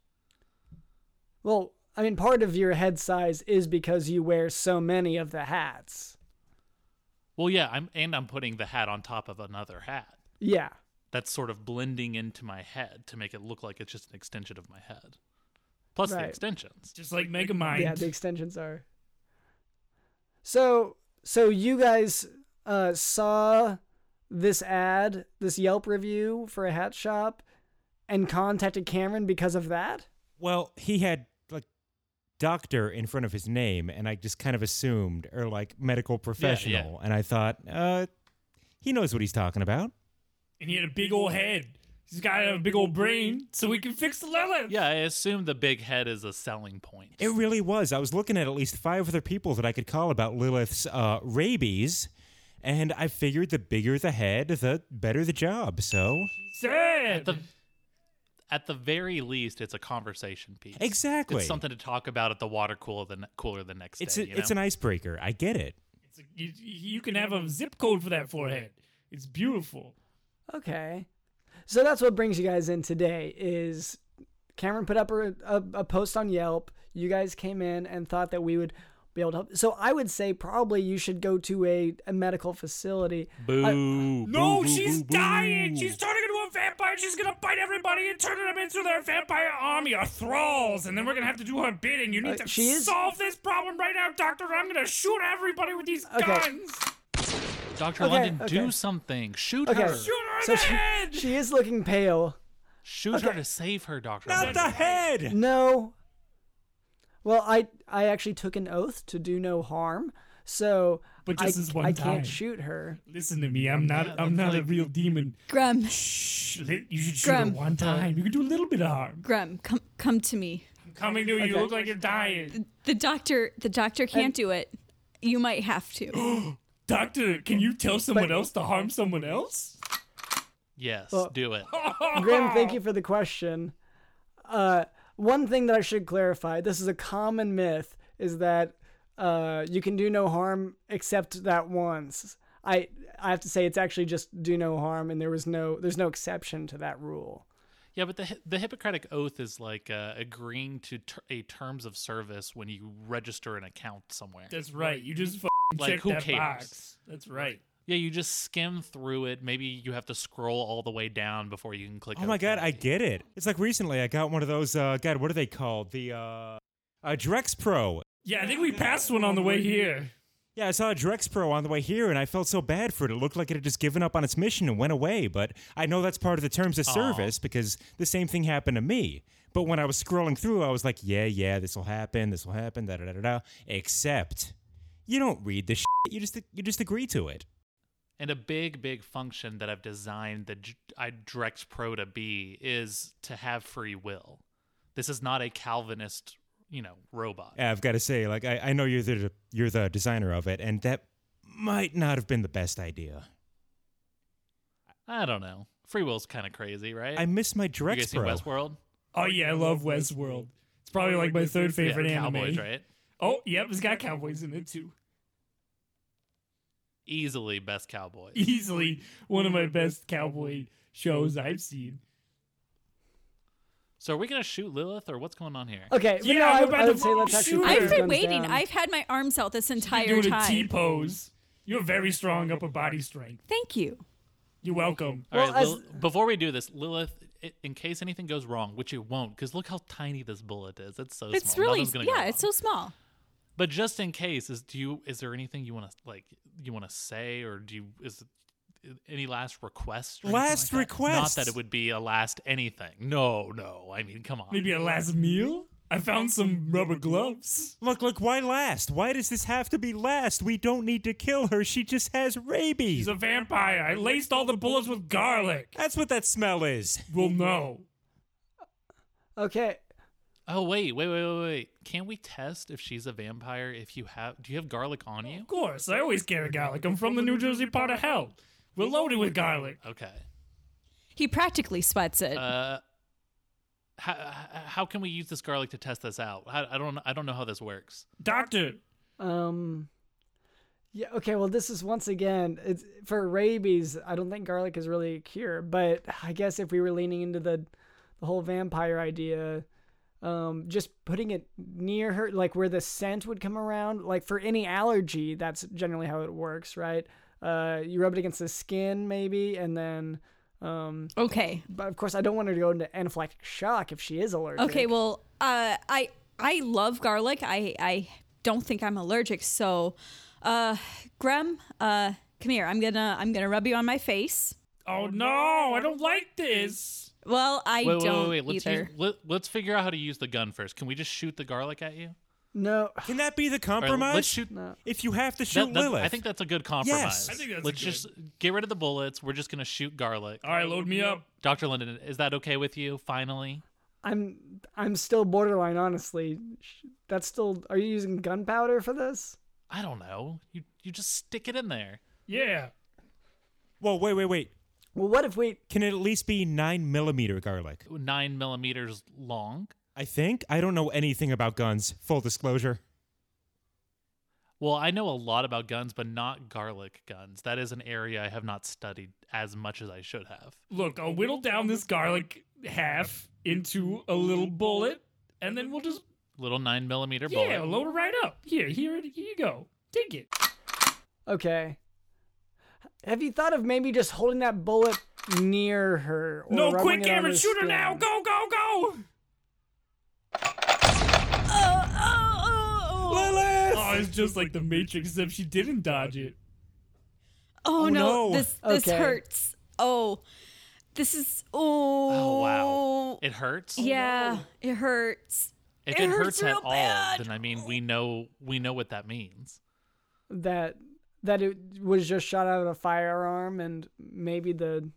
[SPEAKER 3] Well, I mean, part of your head size is because you wear so many of the hats.
[SPEAKER 4] Well, yeah, I'm and I'm putting the hat on top of another hat.
[SPEAKER 3] Yeah.
[SPEAKER 4] That's sort of blending into my head to make it look like it's just an extension of my head. Plus
[SPEAKER 3] Right.
[SPEAKER 4] the extensions.
[SPEAKER 1] Just like Megamind.
[SPEAKER 3] Yeah, the extensions are. So, so you guys uh, saw this ad, this Yelp review for a hat shop, and contacted Cameron because of that.
[SPEAKER 6] Well, he had like doctor in front of his name, and I just kind of assumed, or like medical professional, and I thought, uh, he knows what he's talking about.
[SPEAKER 1] and he had a big old head. He's got a big old brain, so we can fix the Lilith.
[SPEAKER 4] Yeah, I assume the big head is a selling point.
[SPEAKER 6] It really was. I was looking at at least five other people that I could call about Lilith's uh, rabies, and I figured the bigger the head, the better the job. So
[SPEAKER 1] Sad.
[SPEAKER 4] the at the very least, it's a conversation piece.
[SPEAKER 6] Exactly.
[SPEAKER 4] it's something to talk about at the water cooler the ne- cooler the next
[SPEAKER 6] it's
[SPEAKER 4] day.
[SPEAKER 6] a,
[SPEAKER 4] you
[SPEAKER 6] it's
[SPEAKER 4] know?
[SPEAKER 6] an icebreaker. I get it.
[SPEAKER 1] It's a, you, you can have a zip code for that forehead. It's beautiful.
[SPEAKER 3] Okay, so that's what brings you guys in today. Is Cameron put up a, a, a post on Yelp? You guys came in and thought that we would be able to help. So I would say probably you should go to a, a medical facility.
[SPEAKER 4] Boo.
[SPEAKER 1] No,
[SPEAKER 4] Boo, boo,
[SPEAKER 1] she's
[SPEAKER 4] boo, boo.
[SPEAKER 1] dying. She's turning into a vampire. She's gonna bite everybody and turn them into their vampire army of thralls. And then we're gonna have to do her bidding. You need
[SPEAKER 3] Uh,
[SPEAKER 1] to
[SPEAKER 3] she is-
[SPEAKER 1] solve this problem right now, Doctor. or I'm gonna shoot everybody with these
[SPEAKER 3] Okay.
[SPEAKER 1] guns.
[SPEAKER 4] Dr.
[SPEAKER 3] Okay,
[SPEAKER 4] London,
[SPEAKER 3] okay.
[SPEAKER 4] do something. Shoot
[SPEAKER 3] Okay.
[SPEAKER 4] her.
[SPEAKER 1] Shoot her in
[SPEAKER 3] So
[SPEAKER 1] the
[SPEAKER 3] she,
[SPEAKER 1] head.
[SPEAKER 3] she is looking pale.
[SPEAKER 4] Shoot her
[SPEAKER 3] Okay.
[SPEAKER 4] to save her, Dr.
[SPEAKER 6] Not the
[SPEAKER 4] London.
[SPEAKER 6] head.
[SPEAKER 3] No. Well, I I actually took an oath to do no harm, so
[SPEAKER 1] But
[SPEAKER 3] I,
[SPEAKER 1] just this one
[SPEAKER 3] I
[SPEAKER 1] time.
[SPEAKER 3] can't shoot her.
[SPEAKER 1] Listen to me. I'm not. I'm not a real demon.
[SPEAKER 7] Grum,
[SPEAKER 1] Shh. li- You should shoot her
[SPEAKER 7] Grum.
[SPEAKER 1] one time. You can do a little bit of harm.
[SPEAKER 7] Grum, come come to me.
[SPEAKER 1] I'm coming to you. You look like you're dying.
[SPEAKER 7] The doctor, the doctor can't do it. You might have to.
[SPEAKER 1] Doctor, can you tell someone else to harm someone else?
[SPEAKER 4] Yes,
[SPEAKER 6] Oh.
[SPEAKER 3] Well-
[SPEAKER 4] do it.
[SPEAKER 3] Grim, thank you for the question. Uh, one thing that I should clarify: this is a common myth, is that uh, you can do no harm except that once. I I have to say it's actually just do no harm, and there was no there's no exception to that rule.
[SPEAKER 4] Yeah, but the Hi- the Hippocratic Oath is like uh, agreeing to ter- a terms of service when you register an account somewhere.
[SPEAKER 1] That's right. You just f-
[SPEAKER 4] Like,
[SPEAKER 1] check
[SPEAKER 4] who
[SPEAKER 1] that
[SPEAKER 4] cares?
[SPEAKER 1] box. That's right.
[SPEAKER 4] Yeah, you just skim through it. Maybe you have to scroll all the way down before you can click.
[SPEAKER 6] Oh my god,
[SPEAKER 4] okay.
[SPEAKER 6] I get it. It's like recently I got one of those. Uh, god, what are they called? The uh, uh, Drex Pro.
[SPEAKER 1] Yeah, I think we passed one on the way here.
[SPEAKER 6] Yeah, I saw a Drex Pro on the way here, and I felt so bad for it. It looked like it had just given up on its mission and went away. But I know that's part of the terms of
[SPEAKER 4] Aw.
[SPEAKER 6] service because the same thing happened to me. But when I was scrolling through, I was like, "Yeah, yeah, this will happen. This will happen." Da da da da. da. Except, you don't read the shit. You just you just agree to it.
[SPEAKER 4] And a big, big function that I've designed the J- I Drex Pro to be is to have free will. This is not a Calvinist, you know, robot.
[SPEAKER 6] Yeah, I've got to say, like, I, I know you're the you're the designer of it, and that might not have been the best idea.
[SPEAKER 4] I don't know. Free will's kind of crazy, right?
[SPEAKER 6] I miss my
[SPEAKER 4] you guys
[SPEAKER 6] Drex
[SPEAKER 4] seen
[SPEAKER 6] Pro.
[SPEAKER 4] Westworld?
[SPEAKER 1] Oh yeah, I love Westworld. It's probably like my third favorite
[SPEAKER 4] yeah,
[SPEAKER 1] anime.
[SPEAKER 4] Cowboys, right?
[SPEAKER 1] Oh, yep, it's got cowboys in it too.
[SPEAKER 4] Easily best Cowboys.
[SPEAKER 1] E- Easily one of my best cowboy shows I've seen.
[SPEAKER 4] So are we gonna shoot Lilith or what's going on here?
[SPEAKER 3] Okay, but
[SPEAKER 1] Yeah,
[SPEAKER 3] no,
[SPEAKER 1] I'm
[SPEAKER 3] I,
[SPEAKER 1] about
[SPEAKER 3] I
[SPEAKER 1] to
[SPEAKER 3] would say let's actually.
[SPEAKER 1] shoot
[SPEAKER 3] put
[SPEAKER 1] her.
[SPEAKER 3] the
[SPEAKER 7] I've been
[SPEAKER 3] guns
[SPEAKER 7] waiting.
[SPEAKER 3] down.
[SPEAKER 7] I've had my arms out this entire
[SPEAKER 1] You're doing a T
[SPEAKER 7] time.
[SPEAKER 1] pose. You're very strong upper body strength.
[SPEAKER 7] Thank you.
[SPEAKER 1] You're welcome.
[SPEAKER 4] All right,
[SPEAKER 3] Well, as-
[SPEAKER 4] Lil- before we do this, Lilith, i- in case anything goes wrong, which it won't, because look how tiny this bullet is. It's so
[SPEAKER 7] It's
[SPEAKER 4] small.
[SPEAKER 7] really
[SPEAKER 4] Nothing's gonna go
[SPEAKER 7] yeah.
[SPEAKER 4] wrong.
[SPEAKER 7] It's so small.
[SPEAKER 4] But just in case, is do you is there anything you want to like you want to say or do you is it- any last request? or anything
[SPEAKER 6] Last
[SPEAKER 4] like that? Not
[SPEAKER 6] requests?
[SPEAKER 4] that it would be a last anything. No, no. I mean, come on.
[SPEAKER 1] Maybe a last meal? I found some rubber gloves.
[SPEAKER 6] Look, look, why last? Why does this have to be last? We don't need to kill her. She just has rabies.
[SPEAKER 1] He's a vampire. I laced all the bullets with garlic.
[SPEAKER 6] That's what that smell is.
[SPEAKER 1] Well, no.
[SPEAKER 3] Okay,
[SPEAKER 4] Oh wait, wait, wait, wait, wait. Can we test if she's a vampire? If you have, do you have garlic on you?
[SPEAKER 1] Of course, I always carry garlic. I'm from the New Jersey part of hell. We're loaded with garlic.
[SPEAKER 4] Okay.
[SPEAKER 7] He practically sweats it.
[SPEAKER 4] Uh, how how can we use this garlic to test this out? I, I don't I don't know how this works.
[SPEAKER 1] Doctor,
[SPEAKER 3] Um. Yeah. Okay. Well, this is once again it's for rabies. I don't think garlic is really a cure, but I guess if we were leaning into the the whole vampire idea, um, just putting it near her, like where the scent would come around, like for any allergy, that's generally how it works, right? Uh, you rub it against the skin, maybe, and then. Um,
[SPEAKER 7] okay.
[SPEAKER 3] but of course, I don't want her to go into anaphylactic shock if she is allergic.
[SPEAKER 7] Okay, well, uh, I I love garlic. I I don't think I'm allergic. So, uh, Grem, uh, come here. I'm gonna I'm gonna rub you on my face.
[SPEAKER 1] Oh no, I don't like this.
[SPEAKER 7] Well, I
[SPEAKER 4] wait, wait,
[SPEAKER 7] don't
[SPEAKER 4] wait, wait. Let's
[SPEAKER 7] either.
[SPEAKER 4] Use, let, let's figure out how to use the gun first. Can we just shoot the garlic at you?
[SPEAKER 3] no.
[SPEAKER 6] Can that be
[SPEAKER 4] Or
[SPEAKER 6] the
[SPEAKER 4] let's
[SPEAKER 6] compromise?
[SPEAKER 4] shoot.
[SPEAKER 6] If you have to shoot
[SPEAKER 4] That- that-
[SPEAKER 6] Lilith.
[SPEAKER 4] I think that's a good compromise.
[SPEAKER 6] Yes. I
[SPEAKER 1] think that's
[SPEAKER 4] Let's
[SPEAKER 1] good. Oh.
[SPEAKER 4] just get rid of the bullets. We're just gonna shoot garlic.
[SPEAKER 1] All right, load me up.
[SPEAKER 4] Doctor Linden, is that okay with you? Finally,
[SPEAKER 3] I'm I'm still borderline, honestly. Sh- That's still. Are you using gunpowder for this?
[SPEAKER 4] I don't know. You you just stick it in there.
[SPEAKER 1] Yeah.
[SPEAKER 6] Well, wait, wait, wait.
[SPEAKER 3] Well, what if we?
[SPEAKER 6] Can it at least be nine millimeter garlic?
[SPEAKER 4] Nine millimeters long.
[SPEAKER 6] I think. I don't know anything about guns. Full disclosure.
[SPEAKER 4] Well, I know a lot about guns, but not garlic guns. That is an area I have not studied as much as I should have.
[SPEAKER 1] Look, I'll whittle down this garlic half into a little bullet, and then we'll just
[SPEAKER 4] little nine millimeter bullet.
[SPEAKER 1] Yeah, load it right up. Here, here, it- here you go. Take it.
[SPEAKER 3] Okay. Have you thought of maybe just holding that bullet near her? Or
[SPEAKER 1] no,
[SPEAKER 3] rubbing
[SPEAKER 1] quick,
[SPEAKER 3] it on
[SPEAKER 1] Cameron, shoot her
[SPEAKER 3] skin?
[SPEAKER 1] now. Go, go, go.
[SPEAKER 7] Oh,
[SPEAKER 6] Lilith!
[SPEAKER 1] Oh, it's just like the Matrix, except she didn't dodge it.
[SPEAKER 7] Oh,
[SPEAKER 6] Oh,
[SPEAKER 7] no.
[SPEAKER 6] no.
[SPEAKER 7] This this
[SPEAKER 3] Okay.
[SPEAKER 7] hurts. Oh. This is oh,
[SPEAKER 4] Oh wow, it hurts.
[SPEAKER 7] yeah, it hurts.
[SPEAKER 4] If
[SPEAKER 7] It
[SPEAKER 4] it,
[SPEAKER 7] hurts
[SPEAKER 4] hurts, at
[SPEAKER 7] real
[SPEAKER 4] all,
[SPEAKER 7] bad.
[SPEAKER 4] then I mean we know we know what that means.
[SPEAKER 3] That that it was just shot out of a firearm, and maybe the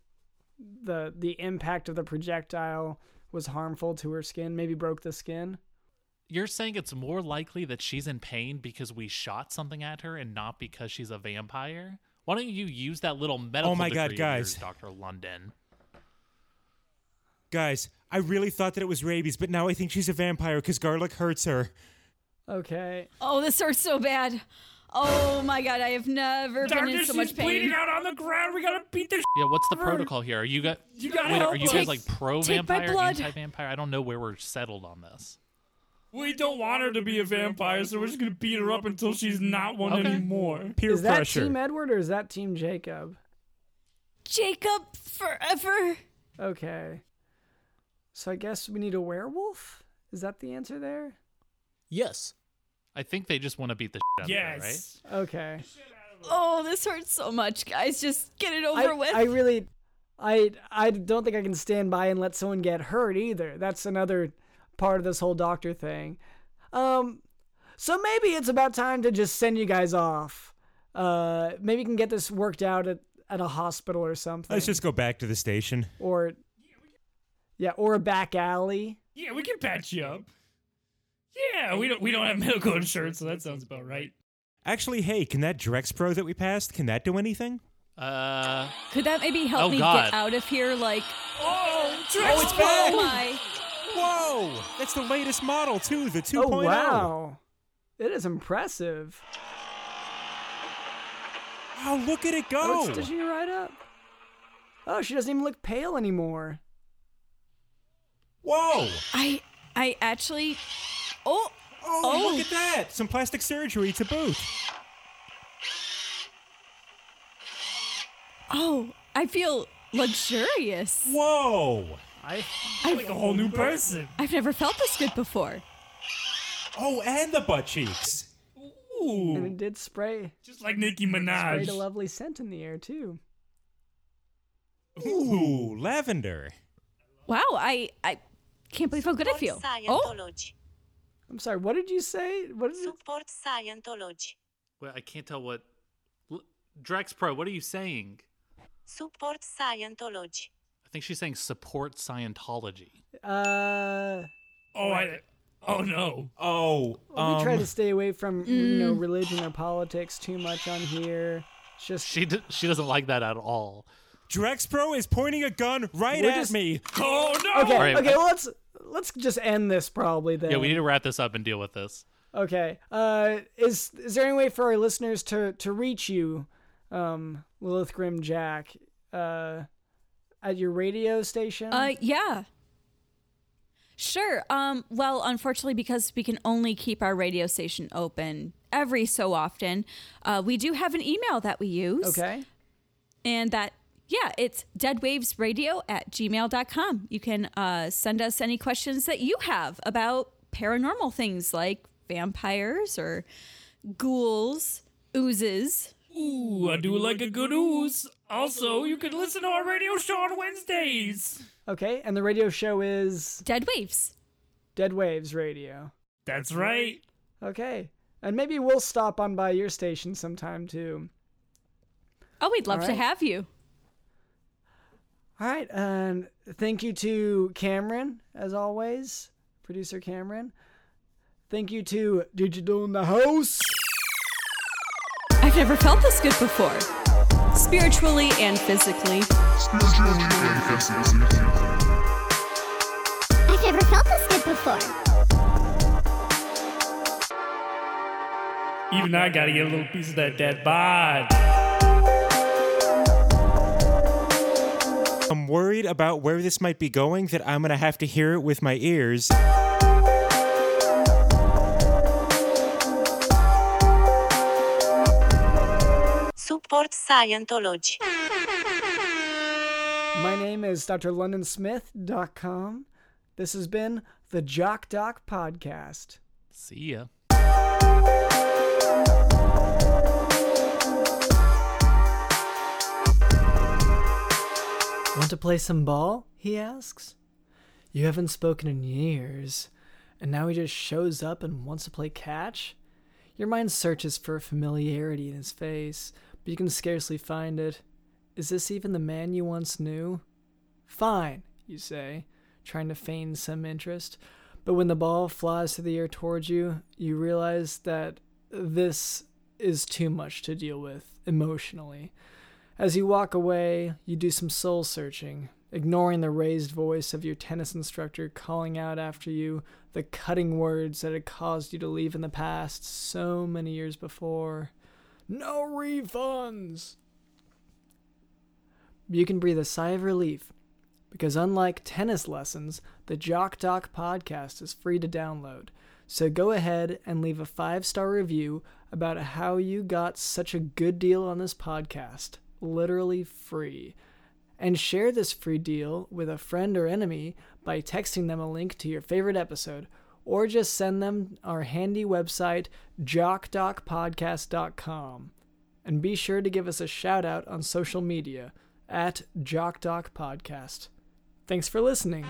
[SPEAKER 3] the the impact of the projectile was harmful to her skin. Maybe broke the skin.
[SPEAKER 4] You're saying it's more likely that she's in pain because we shot something at her and not because she's a vampire? Why don't you use that little medical
[SPEAKER 6] Oh my God,
[SPEAKER 4] degree of yours,
[SPEAKER 6] guys.
[SPEAKER 4] Dr. London?
[SPEAKER 6] Guys, I really thought that it was rabies, but now I think she's a vampire because garlic hurts her.
[SPEAKER 3] Okay.
[SPEAKER 7] Oh, this hurts so bad. Oh my god, I have never
[SPEAKER 1] Doctor,
[SPEAKER 7] been in
[SPEAKER 1] she's
[SPEAKER 7] so much pain.
[SPEAKER 1] bleeding out on the ground. We gotta beat this.
[SPEAKER 4] Yeah, what's the protocol here? Are you got
[SPEAKER 1] You gotta
[SPEAKER 4] wait,
[SPEAKER 1] help
[SPEAKER 4] are you
[SPEAKER 1] us.
[SPEAKER 4] guys like pro
[SPEAKER 7] take my
[SPEAKER 4] vampire,
[SPEAKER 7] blood.
[SPEAKER 4] anti vampire? I don't know where we're settled on this.
[SPEAKER 1] We don't want her to be a vampire, so we're just gonna beat her up until she's not one
[SPEAKER 4] Okay.
[SPEAKER 1] anymore.
[SPEAKER 6] Peer
[SPEAKER 3] Is that
[SPEAKER 6] pressure.
[SPEAKER 3] Team Edward or is that Team Jacob?
[SPEAKER 7] Jacob forever.
[SPEAKER 3] Okay. So I guess we need a werewolf. Is that the answer there?
[SPEAKER 2] Yes.
[SPEAKER 4] I think they just want to beat the shit out of her, right?
[SPEAKER 1] Yes.
[SPEAKER 3] Okay.
[SPEAKER 7] Oh, this hurts so much, guys. Just get it over
[SPEAKER 3] I,
[SPEAKER 7] with.
[SPEAKER 3] I really, I I don't think I can stand by and let someone get hurt either. That's another part of this whole doctor thing. Um, so maybe it's about time to just send you guys off. Uh, maybe you can get this worked out at, at a hospital or something.
[SPEAKER 6] Let's just go back to the station.
[SPEAKER 3] or yeah, or a back alley.
[SPEAKER 1] Yeah, we can patch you up. Yeah, we don't we don't have medical insurance, so that sounds about right.
[SPEAKER 6] Actually, hey, can that Drexpro that we passed, can that do anything?
[SPEAKER 4] Uh
[SPEAKER 7] Could that maybe help
[SPEAKER 4] Oh,
[SPEAKER 7] me
[SPEAKER 4] God.
[SPEAKER 7] get out of here? Like,
[SPEAKER 1] Oh,
[SPEAKER 7] oh,
[SPEAKER 1] Drex!
[SPEAKER 7] my.
[SPEAKER 6] Whoa! That's the latest model, too, the 2.0.
[SPEAKER 3] Oh wow, it is impressive.
[SPEAKER 6] Oh, look at it
[SPEAKER 3] Oh,
[SPEAKER 6] go!
[SPEAKER 3] it's stitching you right up. Oh, she doesn't even look pale anymore.
[SPEAKER 6] Whoa!
[SPEAKER 7] I I actually. Oh,
[SPEAKER 6] Oh,
[SPEAKER 7] Oh.
[SPEAKER 6] look at that! Some plastic surgery to boot.
[SPEAKER 7] oh, I feel luxurious.
[SPEAKER 6] Whoa!
[SPEAKER 7] I've,
[SPEAKER 1] Like a whole new person.
[SPEAKER 7] I've never felt this good before.
[SPEAKER 6] Oh, and the butt cheeks.
[SPEAKER 3] And
[SPEAKER 1] Ooh,
[SPEAKER 3] it did spray
[SPEAKER 1] just like Nicki
[SPEAKER 3] sprayed a
[SPEAKER 1] Minaj.
[SPEAKER 3] lovely scent in the air too.
[SPEAKER 6] Ooh, lavender.
[SPEAKER 7] Wow, I I can't believe how good I
[SPEAKER 5] Support
[SPEAKER 7] feel. Oh,
[SPEAKER 5] Scientology.
[SPEAKER 3] I'm sorry. What did you say? What is it?
[SPEAKER 5] Support Scientology.
[SPEAKER 4] well, I can't tell what L- Drex Pro, what are you saying?
[SPEAKER 5] Support Scientology.
[SPEAKER 4] I think she's saying support Scientology.
[SPEAKER 3] Uh,
[SPEAKER 1] Oh, I, oh no.
[SPEAKER 6] Oh,
[SPEAKER 3] well, we try
[SPEAKER 6] um,
[SPEAKER 3] to stay away from you know religion or politics too much on here. It's just
[SPEAKER 4] She d- she doesn't like that at all.
[SPEAKER 6] Drexpro is pointing a gun right
[SPEAKER 3] We're
[SPEAKER 6] at
[SPEAKER 3] just-
[SPEAKER 6] me.
[SPEAKER 1] Oh no.
[SPEAKER 3] okay.
[SPEAKER 4] Alright,
[SPEAKER 3] okay,
[SPEAKER 4] I-
[SPEAKER 3] well, let's let's just end this probably then.
[SPEAKER 4] Yeah, we need to wrap this up and deal with this.
[SPEAKER 3] Okay. Uh, is is there any way for our listeners to to reach you, um, Lilith Grim Jack, uh, at your radio station?
[SPEAKER 7] uh, yeah. Sure. Um, well, unfortunately, because we can only keep our radio station open every so often, uh, we do have an email that we use.
[SPEAKER 3] okay.
[SPEAKER 7] and that yeah it's deadwavesradio at gmail.com you can uh, send us any questions that you have about paranormal things like vampires or ghouls oozes
[SPEAKER 1] Ooh, I do like a good ooze. Also, you can listen to our radio show on Wednesdays.
[SPEAKER 3] Okay. And the radio show is
[SPEAKER 7] dead waves
[SPEAKER 3] Dead Waves Radio.
[SPEAKER 1] That's right.
[SPEAKER 3] Okay. And maybe we'll stop on by your station sometime too.
[SPEAKER 7] oh we'd love
[SPEAKER 3] All
[SPEAKER 7] to
[SPEAKER 3] right.
[SPEAKER 7] have you
[SPEAKER 3] All right. And thank you to Cameron, as always, producer Cameron. Thank you to Digital in the House.
[SPEAKER 7] i've never felt this good before spiritually and physically
[SPEAKER 8] I've never felt this good before.
[SPEAKER 1] Even I gotta get a little piece of that dead bod.
[SPEAKER 6] I'm worried about where this might be going, that I'm going to have to hear it with my ears.
[SPEAKER 5] support Scientology.
[SPEAKER 3] My name is drlondonsmith.com. This has been the Jock Doc Podcast.
[SPEAKER 4] See ya.
[SPEAKER 3] Want to play some ball? he asks. You haven't spoken in years, and now he just shows up and wants to play catch? Your mind searches for familiarity in his face, but you can scarcely find it. Is this even the man you once knew? Fine, you say, trying to feign some interest. But when the ball flies through the air towards you, you realize that this is too much to deal with emotionally. As you walk away, you do some soul searching, ignoring the raised voice of your tennis instructor calling out after you the cutting words that had caused you to leave in the past so many years before. No refunds! You can breathe a sigh of relief because, unlike tennis lessons, the Jock Doc podcast is free to download. So go ahead and leave a five star review about how you got such a good deal on this podcast, literally free. And share this free deal with a friend or enemy by texting them a link to your favorite episode, or just send them our handy website, jockdocpodcast.com. And be sure to give us a shout out on social media at JockDocPodcast. Thanks for listening.